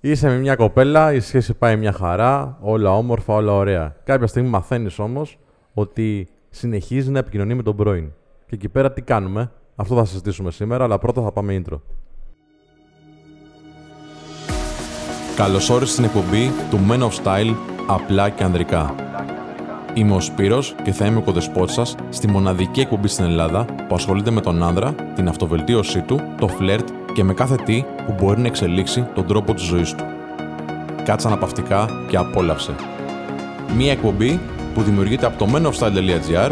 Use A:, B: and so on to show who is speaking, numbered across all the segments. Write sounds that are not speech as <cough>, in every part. A: Είσαι με μια κοπέλα, η σχέση πάει μια χαρά, όλα όμορφα, όλα ωραία. Κάποια στιγμή μαθαίνεις όμως ότι συνεχίζει να επικοινωνεί με τον πρώην. Και εκεί πέρα τι κάνουμε, αυτό θα συζητήσουμε σήμερα, αλλά πρώτα θα πάμε intro. Καλώς όρισε στην εκπομπή του Men of Style απλά και ανδρικά. Είμαι ο Σπύρος και θα είμαι ο κοδεσπότης σας στη μοναδική εκπομπή στην Ελλάδα που ασχολείται με τον άνδρα, την αυτοβελτίωσή του, το φλερτ και με κάθε τι που μπορεί να εξελίξει τον τρόπο της ζωής του. Κάτσε αναπαυτικά και απόλαυσε. Μία εκπομπή που δημιουργείται από το menofstyle.gr,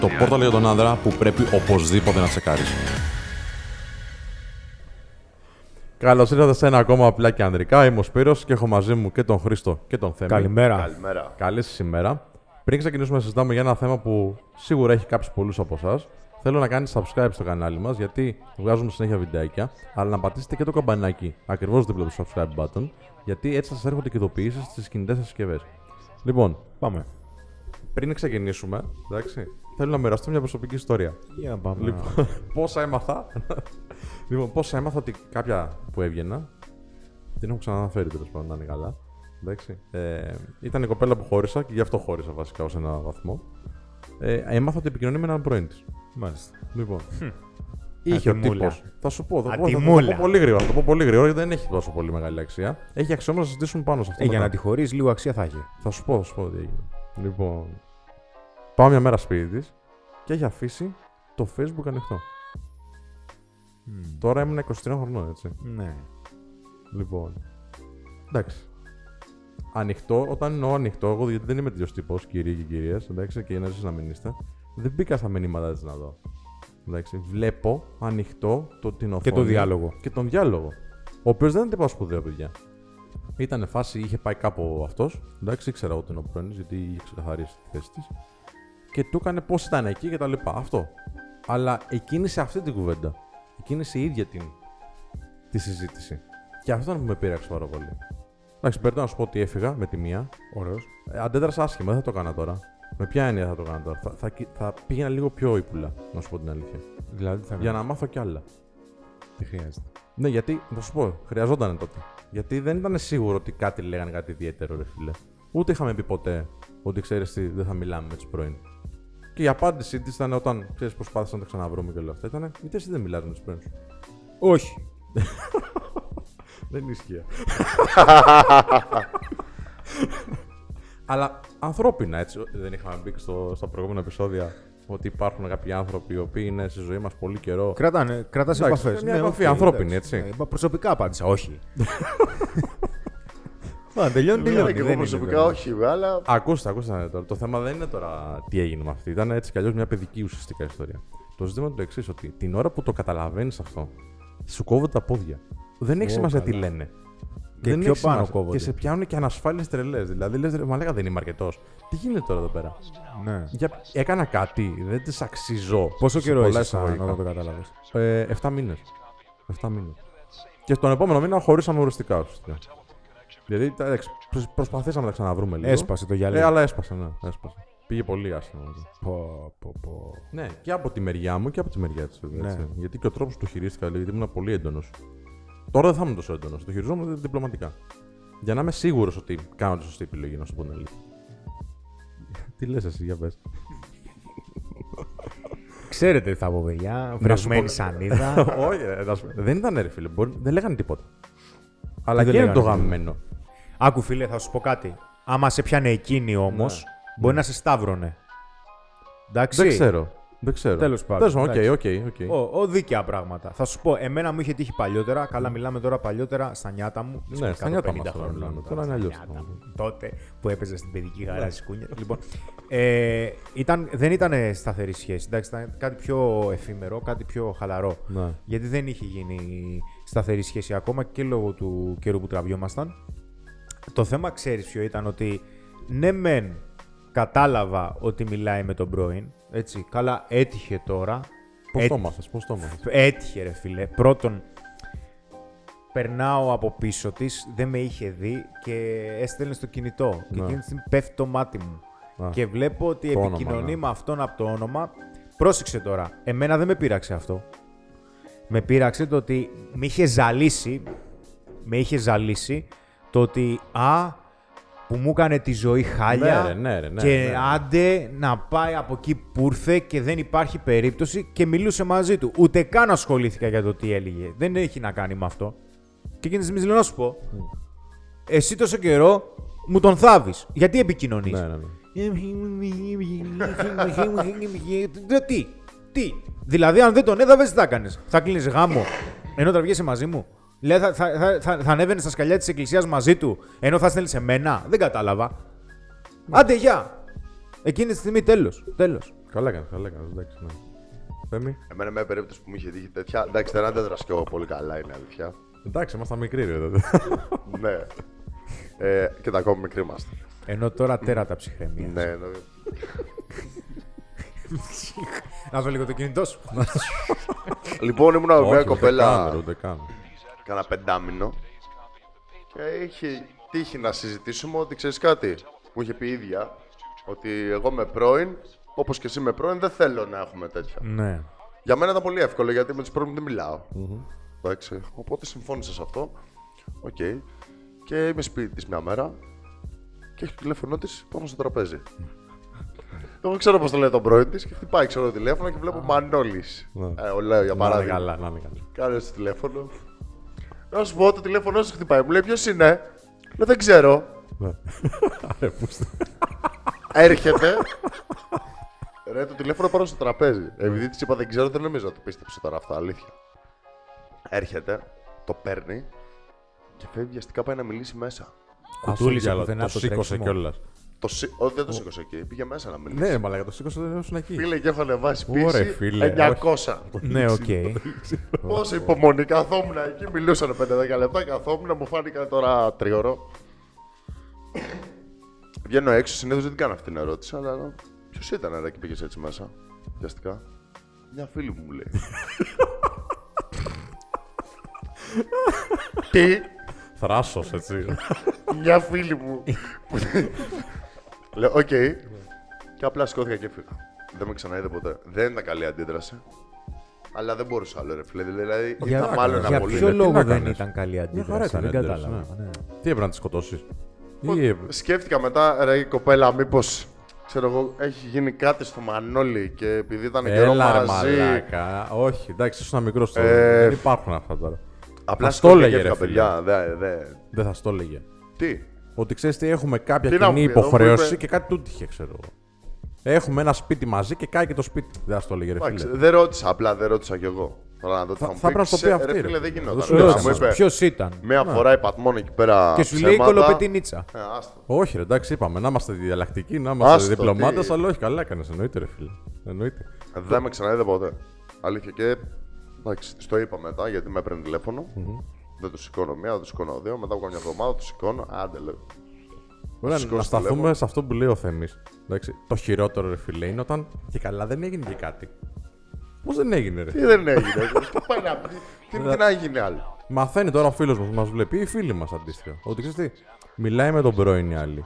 A: το πόρταλ για τον άνδρα που πρέπει οπωσδήποτε να τσεκάρεις. Καλώς ήρθατε σε ένα ακόμα απλά και ανδρικά. Είμαι ο Σπύρος και έχω μαζί μου και τον Χρήστο και τον Θέμη.
B: Καλημέρα.
C: Καλημέρα.
A: Καλή σας ημέρα. Πριν ξεκινήσουμε να συζητάμε για ένα θέμα που σίγουρα έχει κάψει πολλούς από εσάς, θέλω να κάνετε subscribe στο κανάλι μας γιατί βγάζουμε συνέχεια βιντεάκια. Αλλά να πατήσετε και το καμπανάκι ακριβώς δίπλα του subscribe button, γιατί έτσι θα σας έρχονται και ειδοποιήσεις στις κινητές σας συσκευές. Λοιπόν,
B: Πάμε.
A: πριν ξεκινήσουμε, εντάξει, θέλω να μοιραστώ μια προσωπική ιστορία.
B: Για να πάμε.
A: Λοιπόν, <laughs> πόσα έμαθα. λοιπόν, πόσα έμαθα ότι κάποια που έβγαινα. Την έχω ξαναναφέρει τέλος πάντων, να είναι καλά. Εντάξει. Ε, ήταν η κοπέλα που χώρισα και γι' αυτό χώρισα βασικά ως ένα βαθμό. Ε, έμαθα ότι επικοινωνεί με έναν πρώην της.
B: Μάλιστα.
A: Λοιπόν. Είχε ο
B: Ατιμούλα.
A: τύπος, Θα σου πω, θα, πω, θα, θα το
B: Ατιμούλα.
A: πω πολύ γρήγορα. Θα το πω πολύ γρήγορα γιατί δεν έχει τόσο πολύ μεγάλη αξία. Έχει αξία όμως να συζητήσουμε πάνω σε αυτό.
B: Ε, για
A: μετά.
B: να τη χωρίσει λίγο αξία θα είχε.
A: Θα σου πω, θα σου πω τι έγινε. Λοιπόν. Πάω μια μέρα σπίτι της και έχει αφήσει το Facebook ανοιχτό. Τώρα ήμουν 23 χρονών, έτσι.
B: Ναι.
A: Λοιπόν. Εντάξει. Ανοιχτό, όταν εννοώ ανοιχτό, εγώ γιατί δεν είμαι τέτοιος τύπο, κύριοι και κυρίες, εντάξει, και να εσείς να μην είστε, δεν μπήκα στα μηνύματά της να δω. Εντάξει, βλέπω ανοιχτό το, την οθόνη.
B: το διάλογο.
A: Και τον διάλογο. Ο οποίος δεν ήταν τίποτα σπουδαίο, παιδιά. Ήταν φάση, είχε πάει κάπου αυτός. Εντάξει, ήξερα εγώ την οπρώην, γιατί είχε ξεκαθαρίσει τη θέση της. Και του έκανε πώς ήταν εκεί και τα λοιπά. Αυτό. Αλλά εκείνη σε αυτή την κουβέντα. Εκείνη η ίδια την τη συζήτηση. Και αυτό ήταν που με πείραξε πάρα πολύ. Εντάξει, πρέπει να σου πω ότι έφυγα με τη μία.
B: Ωραίος.
A: Ε, Αντέδρασα άσχημα, δεν θα το έκανα τώρα. Με ποια έννοια θα το έκανα τώρα. Θα, θα, κοι- θα πήγαινα λίγο πιο ύπουλα, να σου πω την αλήθεια.
B: Δηλαδή θα
A: Για να μάθω κι άλλα.
B: Τι χρειάζεται.
A: Ναι, γιατί, θα σου πω, χρειαζόταν τότε. Γιατί δεν ήταν σίγουρο ότι κάτι λέγανε κάτι ιδιαίτερο, ρε φίλε. Ούτε είχαμε πει ποτέ ότι ξέρεις τι, δεν θα μιλάμε με τι πρώην. Και η απάντησή της ήταν όταν ξέρεις προσπάθησαν να τα ξαναβρούμε και όλα αυτά. Ήταν, γιατί εσύ δεν μιλάς με τι πρώην σου.
B: Όχι.
A: Δεν ίσχυε. <laughs> Αλλά ανθρώπινα έτσι. Δεν είχαμε μπει στο, στα προηγούμενα επεισόδια ότι υπάρχουν κάποιοι άνθρωποι οι οποίοι είναι στη ζωή μας πολύ καιρό.
B: Κρατάνε, κρατάς
A: Εντάξει,
B: επαφές.
A: μια
B: Ναι,
A: επαφή
B: οκ,
A: ανθρώπινη,
B: εντάξει.
A: έτσι.
B: Ναι, είπα προσωπικά απάντησα, όχι. Μα τελειώνει, τελειώνει.
C: και εγώ
B: δεν
C: προσωπικά
B: είναι,
C: όχι, αλλά
A: Ακούστε, ακούστε τώρα. Το θέμα δεν είναι τώρα τι έγινε με αυτή. Ήταν έτσι κι αλλιώς μια παιδική ουσιαστικά ιστορία. Το ζήτημα είναι το εξής, ότι την ώρα που το καταλαβαίνεις αυτό, σου κόβονται τα πόδια. Δεν έχει
B: Ω,
A: σημασία τι
B: καλά.
A: λένε.
B: Και
A: δεν
B: πιο
A: έχει
B: πάνω
A: σημασία.
B: κόβονται.
A: Και σε πιάνουν και ανασφάλειε τρελές. Δηλαδή λες, μα λέγα δεν είμαι αρκετός. Τι γίνεται τώρα εδώ πέρα.
B: Ναι.
A: Για... Έκανα κάτι, δεν τη αξίζω.
B: Πόσο
A: Σε
B: καιρό
A: πολλά
B: είσαι σαν
A: εισαγωγικά.
B: να το καταλάβεις.
A: Ε, 7 μήνε. 7 μήνες. Και στον επόμενο μήνα χωρίσαμε οριστικά. ουσιαστικά. Δηλαδή τα- εντάξει, προσ- προσπαθήσαμε να τα ξαναβρούμε λίγο.
B: Έσπασε το γυαλί.
A: Ε, αλλά έσπασε, ναι, έσπασε. Πήγε πολύ άσχημα. ναι. αυτό.
B: Πω, πω, πω.
A: Ναι, και από τη μεριά μου και από τη μεριά της.
B: Ναι.
A: Γιατί και ο τρόπος που το χειρίστηκα, λέει, γιατί ήμουν πολύ έντονος. Τώρα δεν θα ήμουν τόσο έντονος. Το χειριζόμουν διπλωματικά. Για να είμαι σίγουρος ότι κάνω τη σωστή επιλογή, να σου πω την αλήθεια. Τι λες εσύ, για πες.
B: Ξέρετε τι θα πω, παιδιά.
A: σου πω-
B: Βρεσμένη <laughs> σανίδα.
A: Όχι, ρε, να σου πω. δεν ήταν ρε φίλε, μπορεί- δεν λέγανε τίποτα. Αλλά
B: Δεν
A: και είναι
B: λέγανε
A: το
B: τίποτα.
A: γαμμένο.
B: Άκου φίλε, θα σου πω κάτι. Άμα σε πιάνε εκείνη όμω, μπορεί να σε σταύρωνε. Εντάξει.
A: Δεν ξέρω. Δεν ξέρω.
B: Τέλος πάντων,
A: Τέλος οκ,
B: εντάξει.
A: οκ, οκ.
B: Ω, ω, δίκαια πράγματα. Θα σου πω, εμένα μου είχε τύχει παλιότερα. Καλά, μιλάμε τώρα παλιότερα στα νιάτα μου.
A: Ναι, στα νιάτα
B: 150
A: μας τώρα
B: χρονών
A: μιλάμε,
B: τώρα,
A: τώρα είναι
B: στα
A: αλλιώς.
B: νιάτα μου. Τότε που έπαιζα στην παιδική χαρά στις κούνιες. Λοιπόν, ε, ήταν, δεν ήταν σταθερή σχέση. Εντάξει, ήταν κάτι πιο εφήμερο, κάτι πιο χαλαρό.
A: Ναι.
B: Γιατί δεν είχε γίνει σταθερή σχέση ακόμα και λόγω του καιρού που τραβιόμασταν. Το θέμα ξέρεις ποιο ήταν ότι ναι μεν κατάλαβα ότι μιλάει με τον πρώην, έτσι, καλά έτυχε τώρα. Ε,
A: Πώ
B: Έτ-
A: το μάθες, πώς το μάθες.
B: Έτυχε ρε φίλε. Πρώτον, περνάω από πίσω της, δεν με είχε δει και έστελνε στο κινητό. Και
A: Ναι.
B: εκείνη τη στιγμή πέφτει το μάτι μου.
A: Α,
B: Και βλέπω ότι
A: το όνομα,
B: επικοινωνεί
A: ναι.
B: με αυτόν από το όνομα. Πρόσεξε τώρα, εμένα δεν με πείραξε αυτό. Με πείραξε το ότι με είχε ζαλίσει με είχε ζαλίσει το ότι α, που μου έκανε τη ζωή χάλια
A: Ναι, ρε, ναι, ρε, ναι,
B: και
A: ναι.
B: άντε να πάει από εκεί που ήρθε και δεν υπάρχει περίπτωση και μιλούσε μαζί του. Ούτε καν ασχολήθηκα για το τι έλεγε. Δεν έχει να κάνει με αυτό. Και εκείνη τη στιγμή λέω να σου πω, εσύ τόσο καιρό μου τον θάβεις. Γιατί επικοινωνείς.
A: Ναι, ναι, ναι.
B: Δε Τι, τι. Δηλαδή, αν δεν τον έδαβες, τι θα έκανε. Θα κλείνεις γάμο, ενώ τραβιέσαι μαζί μου. Δηλαδή, θα, θα, θα, θα, θα ανέβαινε στα σκαλιά της εκκλησίας μαζί του, ενώ θα στέλνει εμένα. Δεν κατάλαβα. Άντε, γεια. Εκείνη τη στιγμή τέλος. Τέλος.
A: Καλά έκανε, καλά έκανε. Εντάξει, ναι. Θέμη.
C: Εμένα με περίπτωση που μου είχε τύχει τέτοια. Εντάξει, δεν άντρα κι εγώ πολύ καλά, είναι αλήθεια.
A: Εντάξει, ήμασταν μικροί, ρε τότε.
C: ναι. Ε, και τα ακόμη μικροί είμαστε.
B: Ενώ τώρα τέρατα ψυχραιμίας.
C: ναι, ναι.
B: Να δω λίγο το κινητό
A: <laughs>
B: σου.
C: λοιπόν, ήμουν με μια
A: Όχι,
C: κοπέλα.
A: Ούτε καν, ρε, ούτε καν.
C: κάνα πεντάμινο. Και είχε τύχει να συζητήσουμε ότι ξέρεις κάτι. Μου είχε πει η ίδια ότι εγώ με πρώην, όπως και εσύ με πρώην, δεν θέλω να έχουμε τέτοια.
B: ναι.
C: Για μένα ήταν πολύ εύκολο γιατί με του πρώην δεν μιλάω. Εντάξει. Οπότε συμφώνησα σε αυτό. Οκ. Και είμαι σπίτι της μια μέρα και έχει το τηλέφωνό της πάνω στο τραπέζι. Εγώ ξέρω πώς το λέει τον πρώην της και χτυπάει ξέρω το τηλέφωνο και βλέπω Μανώλης.
A: Ναι.
C: Ε, ο λέω για
A: Να είναι
C: παράδειγμα.
A: καλά, να είναι καλά.
C: Κάνω στο τηλέφωνο. Να σου πω, το τηλέφωνο σου χτυπάει. Μου λέει ποιος είναι. Λέω δεν ξέρω.
A: Ναι. Ρε, πού είστε.
C: Έρχεται. Ρε το τηλέφωνο πάνω στο τραπέζι. Επειδή της είπα δεν ξέρω, δεν νομίζω να το πίστεψε τώρα αυτά. Αλήθεια. Έρχεται, το παίρνει και φεύγει αστικά πάει να μιλήσει μέσα.
B: Κουτούλησε
A: Ας,
B: πουθενά
A: το
B: στο
A: σήκωσε
B: τρέξιμο.
A: κιόλας.
C: Το σι... Ό, δεν το σήκωσε εκεί, πήγε μέσα να μιλήσει.
A: Ναι, μαλάκα, το σήκωσε δεν ήμουν εκεί.
C: Φίλε και έχω ανεβάσει
A: Ωρε,
C: πίση
A: φίλε,
C: 900.
B: Ναι,
A: <laughs>
B: οκ.
C: <laughs> Πόση υπομονή καθόμουν εκεί, μιλούσαν 5-10 λεπτά, καθόμουν, μου φάνηκαν τώρα τριώρο. <coughs> Βγαίνω έξω, συνήθως δεν την κάνω αυτή την ερώτηση, αλλά λέω, ποιος ήταν ρε και πήγες έτσι μέσα. Βιαστικά. Μια φίλη μου μου λέει. Τι,
A: Θράσος, έτσι.
C: μια φίλη μου. Λέω, οκ. Και απλά σηκώθηκα και έφυγα. Δεν με ξαναείδε ποτέ. Δεν ήταν καλή αντίδραση. Αλλά δεν μπορούσα άλλο ρε φίλε. Δηλαδή, ήταν μάλλον ένα
B: για
C: πολύ.
B: ποιο
A: ναι, τι να
B: λόγο δεν
A: κάνεις.
B: ήταν καλή
A: χαρά
B: αντίδραση.
A: ήταν
B: Δεν
A: η αντίδραση,
B: κατάλαβα. ναι.
A: Τι έπρεπε να τη σκοτώσει.
C: Σκέφτηκα μετά, ρε η κοπέλα, μήπως. Ξέρω εγώ, έχει γίνει κάτι στο Μανώλη και επειδή ήταν καιρό
A: Έλα ρε
C: μαζί.
A: μαλάκα. Όχι, εντάξει, ήσουν μικρό τώρα.
C: Ε,
A: Δεν υπάρχουν αυτά τώρα.
C: Απλά
A: Μας το
C: σκέφτηκα,
A: έλεγε, ρε
C: έφυγα,
A: φίλε.
C: παιδιά. Δε, δε.
A: Δεν θα στο έλεγε.
C: Τι.
A: Ότι ξέρεις τι, έχουμε κάποια
C: Τι να
A: κοινή
C: μου πεις, εδώ μου
A: υποχρέωση
C: είπε-
A: και κάτι του τύχε, ξέρω εγώ. Έχουμε ένα σπίτι μαζί και κάει και το σπίτι. Δεν θα το έλεγε, ρε
C: Εντάξει,
A: φίλε.
C: δεν ρώτησα, απλά δεν ρώτησα κι εγώ. Τώρα να δω τι
A: Θα-
C: θα, μου
A: θα
C: πει.
A: πρέπει να το
C: Ξέ-
A: πει αυτή,
C: Ρε,
A: ρε,
C: φίλε,
A: φίλε.
C: δεν
A: Δεν
C: γινόταν.
A: σου
C: ρε,
A: ρώτησα,
C: μου είπε,
B: Ποιος ήταν.
C: Μία φορά υπατμόν εκεί πέρα.
B: Και σου λέει
C: ψέματα.
B: κολοπετινίτσα.
C: Ε, άστο.
A: Όχι, ρε, εντάξει, είπαμε να είμαστε διαλλακτικοί, να είμαστε
C: Άστο, τι.
A: διπλωμάτε, αλλά όχι, καλά έκανες. Εννοείται, ρε φίλε. Εννοείται.
C: Δεν με ξαναείδε ποτέ. Αλήθεια και. Εντάξει, της το είπα μετά γιατί με έπαιρνε τηλέφωνο. Δεν του σηκώνω μία, δεν του σηκώνω δύο. Μετά από μια εβδομάδα του σηκώνω. Άντε λέω.
A: Ωραία,
C: Σηκώστε
A: να
C: το
A: σταθούμε
C: λαιμό.
A: σε αυτό που λέει ο Θεμή. Το χειρότερο, ρε φίλε, είναι όταν και καλά δεν έγινε και κάτι. Πώς δεν έγινε, ρε.
C: Τι δεν έγινε. Τι πάει να πει. Τι τι να γίνει άλλο.
A: Μαθαίνει τώρα ο φίλος μας που μας βλέπει ή οι φίλοι μας αντίστοιχα. Ότι ξέρεις τι, μιλάει με τον πρώην η άλλη.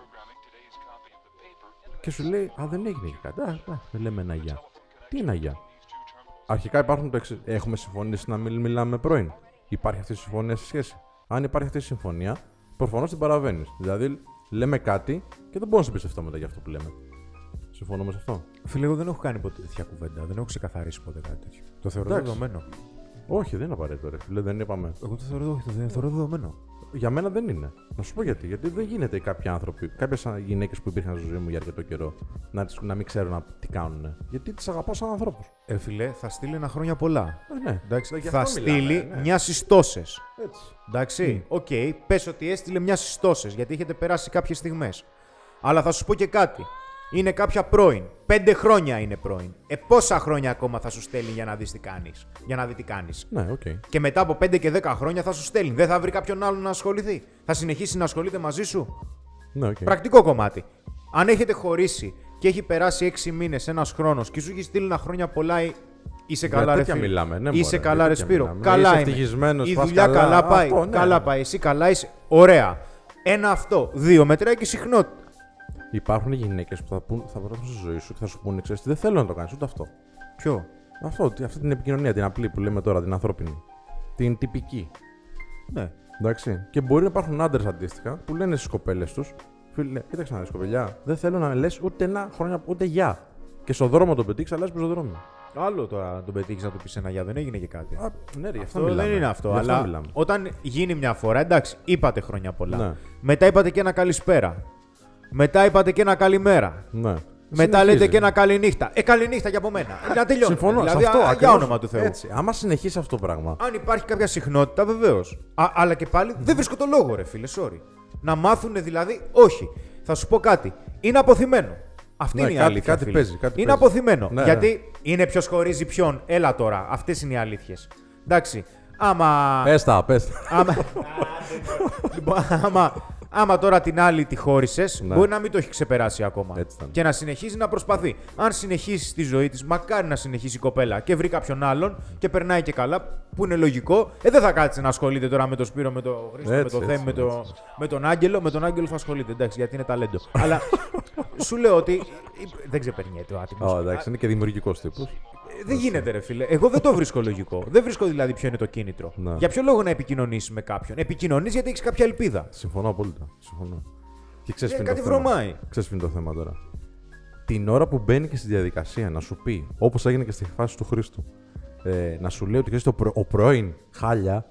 A: Και σου λέει, Α, δεν έγινε και κάτι. Α, α, δεν λέμε ένα γεια. Τι είναι γεια. Αρχικά υπάρχουν το εξής. Έχουμε συμφωνήσει να μην μιλάμε πρώην. Υπάρχει αυτή η συμφωνία στη σχέση. Αν υπάρχει αυτή η συμφωνία, προφανώς την παραβαίνεις. Δηλαδή, λέμε κάτι και δεν μπορώ να σε εμπιστευτώ μετά για αυτό που λέμε. Συμφωνούμε σε αυτό.
B: Φίλε, εγώ δεν έχω κάνει ποτέ τέτοια κουβέντα. Δεν έχω ξεκαθαρίσει ποτέ κάτι τέτοιο. Το θεωρώ
A: Εντάξει.
B: δεδομένο.
A: Όχι, δεν είναι απαραίτητο, ρε φίλε, δεν είπαμε.
B: Εγώ το θεωρώ, όχι, το δε- θεωρώ δεδομένο.
A: Για μένα δεν είναι. Να σου πω γιατί. Γιατί δεν γίνεται κάποιοι άνθρωποι, κάποιες γυναίκες που υπήρχαν στη ζωή μου για αρκετό καιρό, να, τις, να μην ξέρουν να- τι κάνουν. Γιατί τις αγαπάω σαν ανθρώπους.
B: Ε, φίλε, θα στείλει ένα χρόνια πολλά.
A: Ε, ναι.
B: Εντάξει,
A: γι'
B: θα
A: αυτό μιλάμε,
B: στείλει
A: ναι.
B: μια στι τόσε.
A: Έτσι.
B: Εντάξει. Οκ, πες ότι έστειλε μια στι τόσε γιατί έχετε περάσει κάποιες στιγμές. Αλλά θα σου πω και κάτι. Είναι κάποια πρώην. Πέντε χρόνια είναι πρώην. Ε, πόσα χρόνια ακόμα θα σου στέλνει για να δεις τι κάνεις. Για να δει τι κάνεις.
A: Ναι, οκ.
B: Και μετά από 5 και 10 χρόνια θα σου στέλνει. Δεν θα βρει κάποιον άλλον να ασχοληθεί. Θα συνεχίσει να ασχολείται μαζί σου.
A: Ναι, οκ.
B: Πρακτικό κομμάτι. Αν έχετε χωρίσει και έχει περάσει 6 μήνες, ένας χρόνος και σου έχει στείλει ένα χρόνια πολλά, ε, είσαι
A: Για
B: καλά, ρε
A: τέτοια
B: φίλε.
A: μιλάμε, ναι,
B: είσαι
A: μωρέ,
B: καλά, ρε
A: τέτοια
B: Σπύρο.
A: μιλάμε.
B: Καλά
A: Είσαι
B: είναι.
A: ευτυχισμένος,
B: Η
A: πας
B: δουλειά
A: καλά.
B: καλά, πάει.
A: Αυτό, ναι,
B: καλά
A: ναι.
B: πάει. Εσύ καλά είσαι. Ωραία. Ένα αυτό. Δύο μετράει και η συχνότητα.
A: Υπάρχουν γυναίκες που θα, πούν, θα περάσουν στη ζωή σου και θα σου πούνε, ξέρεις, δεν θέλω να το κάνεις ούτε αυτό.
B: Ποιο.
A: αυτό. τι- Αυτή την επικοινωνία, την απλή που λέμε τώρα, την ανθρώπινη. Την τυπική.
B: Ναι.
A: Εντάξει. Και μπορεί να υπάρχουν άντρες αντίστοιχα που λένε στις κοπέλες τους: Φίλε, κοίταξε να δεις κοπελιά. Δεν θέλω να λες ούτε ένα χρόνια ούτε γεια. Και στον δρόμο τον πετύχεις, αλλάζεις προς τον δρόμο.
B: Άλλο τώρα να τον πετύχεις να του πεις ένα γεια, δεν έγινε και κάτι.
A: Α, ναι, ρε, γι' αυτό
B: αυτό
A: μιλάμε.
B: δεν είναι αυτό.
A: Γι'
B: αλλά
A: μιλάμε.
B: όταν γίνει μια φορά, εντάξει, είπατε χρόνια πολλά.
A: Ναι.
B: Μετά είπατε και ένα καλησπέρα. Μετά είπατε και ένα καλημέρα.
A: Ναι.
B: Μετά
A: Συνεχίζει.
B: λέτε και ένα καληνύχτα. Ε, καληνύχτα για από μένα. Ε, Να τελειώνω.
A: Συμφωνώ
B: δηλαδή,
A: σε αυτό.
B: α, για
A: ακριβώς.
B: όνομα του Θεού.
A: Έτσι. Άμα συνεχίσει αυτό το πράγμα.
B: Αν υπάρχει κάποια συχνότητα, βεβαίως. Αλλά και πάλι δεν βρίσκω το λόγο, ρε φίλε, sorry. Να μάθουν δηλαδή, όχι. Θα σου πω κάτι. Είναι αποθυμένο. Αυτή
A: Ναι,
B: είναι η
A: κάτι-
B: αλήθεια.
A: κάτι
B: φίλε.
A: παίζει, κάτι
B: είναι
A: παίζει.
B: αποθυμένο.
A: Ναι,
B: γιατί είναι ποιος χωρίζει ποιον. Έλα τώρα. Αυτές είναι οι αλήθειες. Εντάξει. Άμα.
A: Πες τα, πες τα.
B: άμα... λοιπόν, άμα... άμα τώρα την άλλη τη χώρισες,
A: Ναι.
B: μπορεί να μην το έχει ξεπεράσει ακόμα.
A: Έτσι ήταν.
B: Και να συνεχίζει να προσπαθεί. Αν συνεχίσει τη ζωή της, μακάρι να συνεχίσει η κοπέλα και βρει κάποιον άλλον και περνάει και καλά, που είναι λογικό, ε, δεν θα κάτσει να ασχολείται τώρα με τον Σπύρο, με τον Χρήστο,
A: Έτσι,
B: με τον
A: έτσι,
B: Θέμη, με, το-
A: έτσι.
B: με τον Άγγελο. Με τον Άγγελο θα ασχολείται, εντάξει, γιατί είναι ταλέντο.
A: <laughs>
B: Αλλά σου λέω ότι. Δεν ξεπερνιέται ο άτιμος.
A: Ω, εντάξει, είναι και δημιουργικός τύπος.
B: Δεν γίνεται, ρε φίλε. Εγώ δεν το βρίσκω λογικό. Δεν βρίσκω δηλαδή ποιο είναι το κίνητρο.
A: Ναι.
B: Για ποιο λόγο να επικοινωνήσει με κάποιον. Επικοινωνείς γιατί έχεις κάποια ελπίδα.
A: Συμφωνώ απόλυτα. Συμφωνώ. Και ξέρεις
B: Ε,
A: ποιο είναι
B: κάτι
A: το θέμα.
B: βρωμάει.
A: Ξέρεις ποιο είναι το θέμα τώρα. Την ώρα που μπαίνει και στη διαδικασία να σου πει, όπως έγινε και στη φάση του Χρήστου, ε, να σου λέει ότι ξέρεις, το προ- ο πρώην χάλια,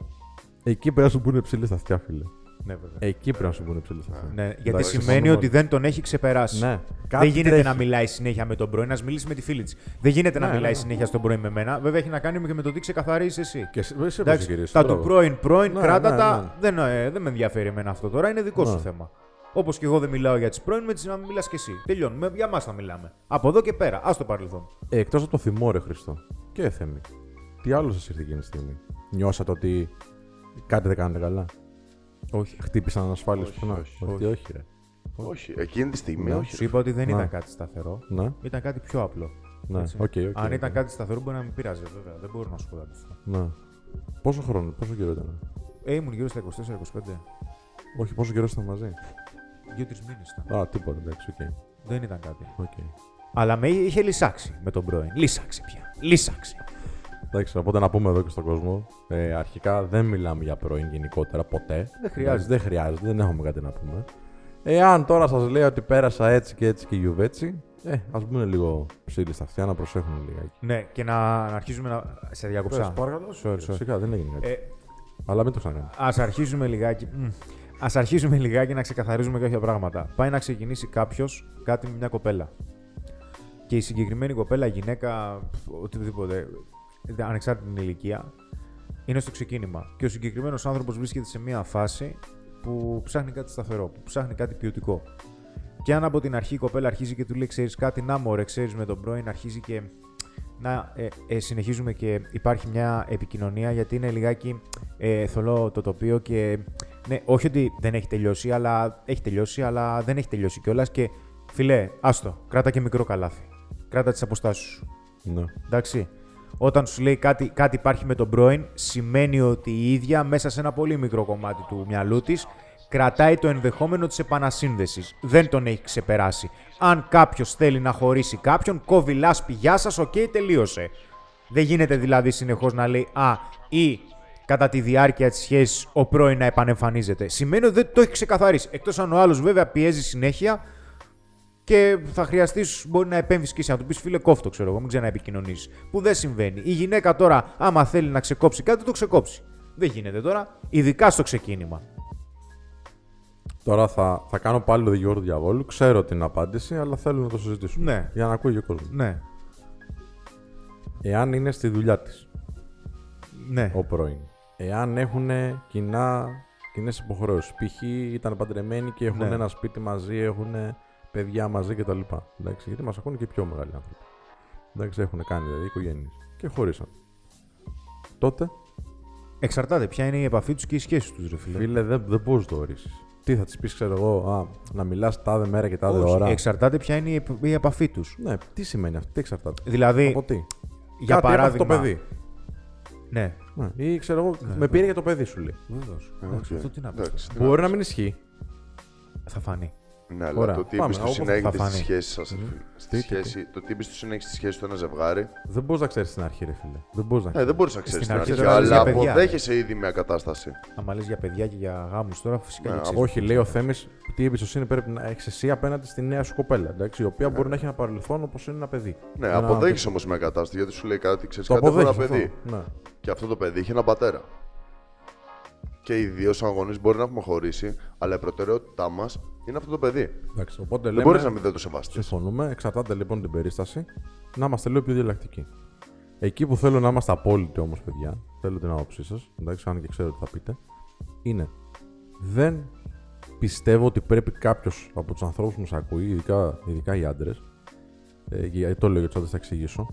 A: εκεί πρέπει να σου μπουν ψηλή στα αυτιά, φίλε.
B: Ναι, βέβαια.
A: Εκεί πρέπει να σου μπουν ψηλή στα αυτιά.
B: Ναι, γιατί
A: Εντάξει,
B: σημαίνει
A: συμφωνώ
B: ότι δεν τον έχει ξεπεράσει.
A: Ναι. Κάτι
B: Δεν γίνεται
A: τρέχει.
B: να μιλάει συνέχεια με τον πρώην, να μιλήσει με τη φίλη της. Δεν γίνεται να
A: Ναι,
B: μιλάει
A: ναι.
B: συνέχεια στον πρώην με μένα. Βέβαια έχει να κάνει και με το τι ξεκαθαρίζεις εσύ.
A: Και σε- σε
B: Εντάξει,
A: προσεγγυρίζει,
B: τα
A: μπράβο.
B: του πρώην, πρώην,
A: Ναι,
B: κράτα τα.
A: ναι, ναι.
B: Δεν, ε, δεν με ενδιαφέρει εμένα αυτό τώρα, είναι δικό σου
A: Ναι.
B: θέμα. Όπως και εγώ δεν μιλάω για τις πρώην, με τις να μιλάς και εσύ. Τελειώνουμε, για μας θα μιλάμε. Από εδώ και πέρα, ας το παρελθόν.
A: Ε, Εκτός από το θυμό, ρε Χριστό. Και θέμη. Τι άλλο σας ήρθε εκείνη τη στιγμή. Νιώσατε ότι κάτι δεν κάνετε καλά. Όχι. Χτύπησαν ανασφάλειε πουθενά.
C: όχι,
A: Ότι όχι, ρε.
C: Όχι, εκείνη τη στιγμή
A: Ναι,
C: όχι.
B: Σου είπα ότι δεν
A: Ναι.
B: ήταν κάτι σταθερό.
A: Ναι,
B: Ήταν κάτι πιο απλό.
A: ναι.
B: Έτσι.
A: Οκ, οκ,
B: Αν
A: οκ.
B: ήταν κάτι σταθερό, μπορεί να με πειράζει, βέβαια. Δεν μπορώ να σου πω κάτι αυτό.
A: Ναι. Πόσο χρόνο, πόσο καιρό ήταν.
B: Ε, ήμουν γύρω στα 24-25.
A: Όχι, πόσο καιρό ήταν μαζί.
B: Δύο-τρει μήνες ήταν.
A: Α, τίποτα, εντάξει, οκ.
B: Δεν ήταν κάτι.
A: οκ.
B: Αλλά με είχε- είχε λυσάξει με τον πρώην. Λύσαξε πια. Λύσαξε.
A: Εντάξει, οπότε να πούμε εδώ και στον κόσμο. Ε, αρχικά δεν μιλάμε για πρώην γενικότερα, ποτέ.
B: Δεν χρειάζεται.
A: Δεν χρειάζεται, δεν έχουμε κάτι να πούμε. Εάν τώρα σας λέω ότι πέρασα έτσι και έτσι και γιουβέτσι, ε, ας μπουν λίγο ψήλοι στα αυτιά να προσέχουν λιγάκι.
B: Ναι, και να, να αρχίζουμε να. Σε διακόψα. Sorry, sorry.
A: Φυσικά δεν έγινε κάτι.
B: Ε,
A: Αλλά μην το ξανακάνεις.
B: Ας αρχίσουμε λιγάκι. μμ, Ας αρχίσουμε λιγάκι να ξεκαθαρίζουμε κάποια πράγματα. Πάει να ξεκινήσει κάποιος κάτι με μια κοπέλα. Και η συγκεκριμένη κοπέλα, γυναίκα, πφ, οτιδήποτε, δε- ανεξάρτητη την ηλικία, είναι στο ξεκίνημα. Και ο συγκεκριμένος άνθρωπος βρίσκεται σε μια φάση που ψάχνει κάτι σταθερό, που ψάχνει κάτι ποιοτικό. Και αν από την αρχή η κοπέλα αρχίζει και του λέει: Ξέρεις κάτι, να μωρέ, ξέρεις με τον πρώην, αρχίζει και να ε, ε, συνεχίζουμε και υπάρχει μια επικοινωνία γιατί είναι λιγάκι ε, θολό το τοπίο και ναι, όχι ότι δεν έχει τελειώσει, αλλά έχει τελειώσει, αλλά δεν έχει τελειώσει κιόλας. Και φιλέ, άστο, κράτα και μικρό καλάθι. Κράτα τις αποστάσεις σου.
A: Ναι.
B: Εντάξει. Όταν σου λέει κάτι, κάτι υπάρχει με τον πρώην, σημαίνει ότι η ίδια μέσα σε ένα πολύ μικρό κομμάτι του μυαλού της κρατάει το ενδεχόμενο της επανασύνδεσης. Δεν τον έχει ξεπεράσει. Αν κάποιος θέλει να χωρίσει κάποιον, κόβει λάσπη, γεια σας, οκ, τελείωσε. Δεν γίνεται δηλαδή συνεχώς να λέει «Α» ή κατά τη διάρκεια της σχέσης ο πρώην να επανεμφανίζεται. Σημαίνει ότι δεν το έχει ξεκαθαρίσει. Εκτός αν ο άλλος βέβαια πιέζει συνέχεια και θα χρειαστείς, μπορεί να επέμβεις και εσύ, να του πεις φίλε κόφτο, ξέρω εγώ, μην ξαναεπικοινωνήσει. Που δεν συμβαίνει. Η γυναίκα τώρα, άμα θέλει να ξεκόψει κάτι, το ξεκόψει. Δεν γίνεται τώρα, ειδικά στο ξεκίνημα.
A: Τώρα θα, θα κάνω πάλι το δικηγόρο του διαβόλου. Ξέρω την απάντηση, αλλά θέλω να το συζητήσουμε.
B: Ναι.
A: Για να ακούει και ο κόσμος.
B: Ναι,
A: Εάν είναι στη δουλειά της,
B: ναι.
A: ο πρώην. Εάν έχουν κοινά, κοινές υποχρεώσεις. Π.χ. ήταν παντρεμένοι και έχουν
B: Ναι.
A: ένα σπίτι μαζί, έχουν παιδιά μαζί κτλ. Εντάξει, γιατί μας ακούνε και πιο μεγάλοι άνθρωποι. Εντάξει, έχουν κάνει δηλαδή οικογένειες. Και χωρίσαν. Τότε,
B: Εξαρτάται ποια είναι η επαφή τους και η σχέση τους, ρε φίλε.
A: φίλε, δεν, δεν μπορείς να το ορίσεις. Τι θα της πεις, ξέρω εγώ, α, να μιλάς τάδε μέρα και τάδε
B: Όχι,
A: ώρα.
B: Εξαρτάται ποια είναι η επ- η επαφή τους.
A: Ναι, τι σημαίνει αυτό, τι εξαρτάται.
B: Δηλαδή,
A: Από τι.
B: για
A: Κάτι έπαθε
B: παράδειγμα.
A: το παιδί.
B: Ναι.
A: Ναι, ή ξέρω εγώ, με πήρε για το παιδί σου λέει.
B: Βεβαίως.
C: Ε, οκ.
B: Αυτό τι να πεις.
C: Εντάξει, τι να-
A: Μπορεί να μην ισχύει.
B: Θα φανεί.
C: Ναι, αλλά
B: Ωραία,
C: το τι
B: πάμε,
C: εμπιστοσύνη
B: όπου θα
C: έχετε στη
B: φανεί.
C: σχέση σας.
A: Τι, τι, τι.
C: Το τι εμπιστοσύνη έχει στη σχέση του ένα ζευγάρι.
A: Δεν μπορείς να ξέρεις την αρχή, ρε φίλε. Δεν μπορείς να
C: Ναι,
A: ξέρεις.
C: δεν μπορείς να ξέρεις την
B: Ε, αρχή
C: αρχή,
B: δεν βάζεις
C: αλλά
B: για παιδιά.
C: αποδέχεσαι ήδη μια κατάσταση.
B: Άμα λες για παιδιά και για γάμους τώρα, φυσικά
C: Ναι,
B: και ξέρεις.
A: Όχι, λέει ο Θέμης, τι εμπιστοσύνη πρέπει να έχεις εσύ απέναντι στη νέα σου κοπέλα. Εντάξει, η οποία μπορεί να έχει ένα παρελθόν όπως είναι ένα παιδί.
C: Ναι,
A: Ένα-
C: αποδέχει όμως μια κατάσταση γιατί σου λέει κάτι, ξέρεις
A: Το
C: κάτι από ένα
A: αποδέχει.
C: παιδί.
A: αυτό. Ναι.
C: Και αυτό το παιδί είχε έναν πατέρα. Και οι δύο σαν γονείς μπορεί να έχουμε χωρίσει, αλλά η προτεραιότητά μας είναι αυτό το παιδί.
A: Εντάξει, οπότε
C: Δεν
A: λέμε.
C: μπορείς να μην δεν το σεβαστεί.
A: Συμφωνούμε. Εξαρτάται λοιπόν την περίσταση να είμαστε λίγο πιο διαλλακτικοί. Εκεί που θέλω να είμαστε απόλυτοι όμως, παιδιά, θέλω την άποψή σας, εντάξει, αν και ξέρω τι θα πείτε, είναι δεν πιστεύω ότι πρέπει κάποιος από τους ανθρώπους που μας ακούει, ειδικά, ειδικά οι άντρες, ε, γιατί το λέω για του άντρε, θα εξηγήσω,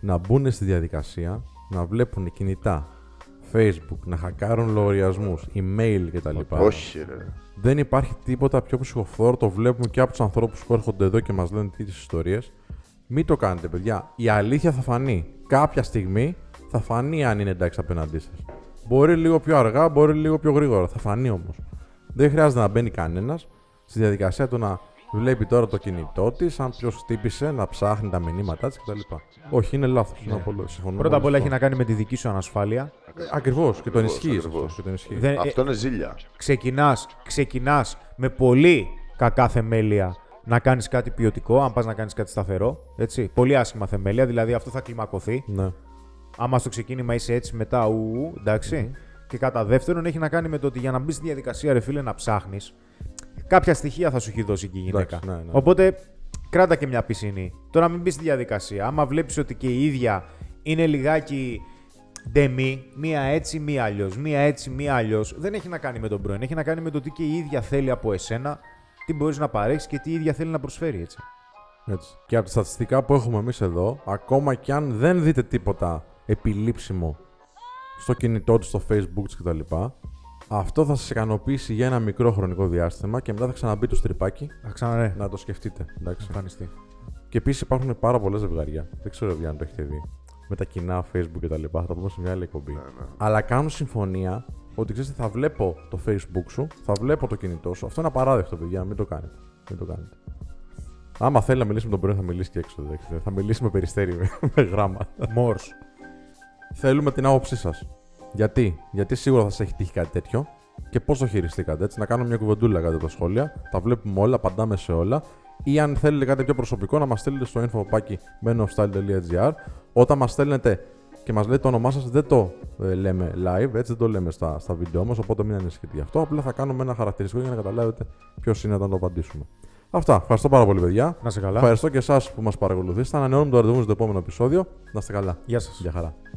A: να μπουν στη διαδικασία να βλέπουν κινητά, facebook, να χακάρουν λογαριασμούς, email κτλ.
C: Όχι, ρε.
A: Δεν υπάρχει τίποτα πιο ψυχοφθόρο. Το βλέπουμε και από τους ανθρώπους που έρχονται εδώ και μας λένε τέτοιες ιστορίες. Μην το κάνετε, παιδιά. Η αλήθεια θα φανεί. Κάποια στιγμή θα φανεί αν είναι εντάξει απέναντί σας. Μπορεί λίγο πιο αργά, μπορεί λίγο πιο γρήγορα. Θα φανεί όμως. Δεν χρειάζεται να μπαίνει κανένας στη διαδικασία του να βλέπει τώρα το κινητό της, αν ποιος χτύπησε, να ψάχνει τα μηνύματά της κτλ. Όχι, είναι λάθος.
B: Ναι. Πρώτα απ' όλα έχει να κάνει με τη δική σου ανασφάλεια.
A: Ακριβώς και τον
C: Ακριβώς,
A: ισχύει.
C: ακριβώς.
A: αυτό, και τον ισχύει.
B: Δεν, ε,
C: Αυτό είναι ζήλια.
B: ξεκινάς, ξεκινάς με πολύ κακά θεμέλια να κάνεις κάτι ποιοτικό, αν πας να κάνεις κάτι σταθερό, έτσι. Πολύ άσχημα θεμέλια, δηλαδή αυτό θα κλιμακωθεί.
A: Ναι.
B: Άμα στο ξεκίνημα είσαι έτσι, μετά ου, ου, εντάξει. Και κατά δεύτερον έχει να κάνει με το ότι για να μπεις στη διαδικασία, ρε φίλε, να ψάχνεις. Κάποια στοιχεία θα σου έχει δώσει και η γυναίκα.
A: Εντάξει, ναι, ναι.
B: Οπότε κράτα και μια πισινή. Τώρα μην μπεις στη διαδικασία. Άμα βλέπεις ότι και η ίδια είναι λιγάκι ντεμή, μία έτσι, μία αλλιώς. Μία έτσι, μία αλλιώς. Δεν έχει να κάνει με τον πρώην. Έχει να κάνει με το τι και η ίδια θέλει από εσένα, τι μπορείς να παρέχεις και τι η ίδια θέλει να προσφέρει, έτσι.
A: Έτσι. Και από τα στατιστικά που έχουμε εμείς εδώ, ακόμα κι αν δεν δείτε τίποτα επιλήψιμο στο κινητό της, στο facebook της κτλ. Αυτό θα σας ικανοποιήσει για ένα μικρό χρονικό διάστημα και μετά θα ξαναμπεί το στριπάκι
B: Α, ξανά, ναι.
A: να το σκεφτείτε. Εντάξει.
B: εμφανιστεί.
A: Και επίσης υπάρχουν πάρα πολλά ζευγάρια. Δεν ξέρω παιδιά, αν το έχετε δει. Με τα κοινά, facebook κτλ. Θα τα πούμε σε μια άλλη εκπομπή. Αλλά κάνουν συμφωνία ότι ξέρετε, θα βλέπω το facebook σου, θα βλέπω το κινητό σου. Αυτό είναι απαράδεκτο, παιδιά. Μην το κάνετε. Μην το κάνετε. Άμα θέλει να μιλήσει με τον πρώην, θα μιλήσει και έξω. δεν ξέρω. Θα μιλήσει με περιστέρι, <laughs> με, με γράμμα.
B: Μόρς.
A: Θέλουμε την άποψή σας. Γιατί? Γιατί σίγουρα θα σα έχει τύχει κάτι τέτοιο και πώς το χειριστήκατε. Έτσι, να κάνω μια κουβεντούλα κάτω από τα σχόλια. Τα βλέπουμε όλα, απαντάμε σε όλα. Ή αν θέλετε κάτι πιο προσωπικό, να μας στείλετε στο info.menofstyle.gr. Όταν μας στέλνετε και μας λέτε το όνομά σας, δεν το ε, λέμε live, έτσι δεν το λέμε στα, στα βίντεο μας. Οπότε μην ανησυχείτε γι' αυτό. Απλά θα κάνουμε ένα χαρακτηριστικό για να καταλάβετε ποιος είναι όταν το απαντήσουμε. Αυτά. Ευχαριστώ πάρα πολύ, παιδιά.
B: Να είστε καλά.
A: Ευχαριστώ και εσάς που μας παρακολουθήσατε. Ανανεώνουμε το ραντεβού στο επόμενο επεισόδιο. Να είστε καλά.
B: Γεια σας.
A: Γεια χαρά.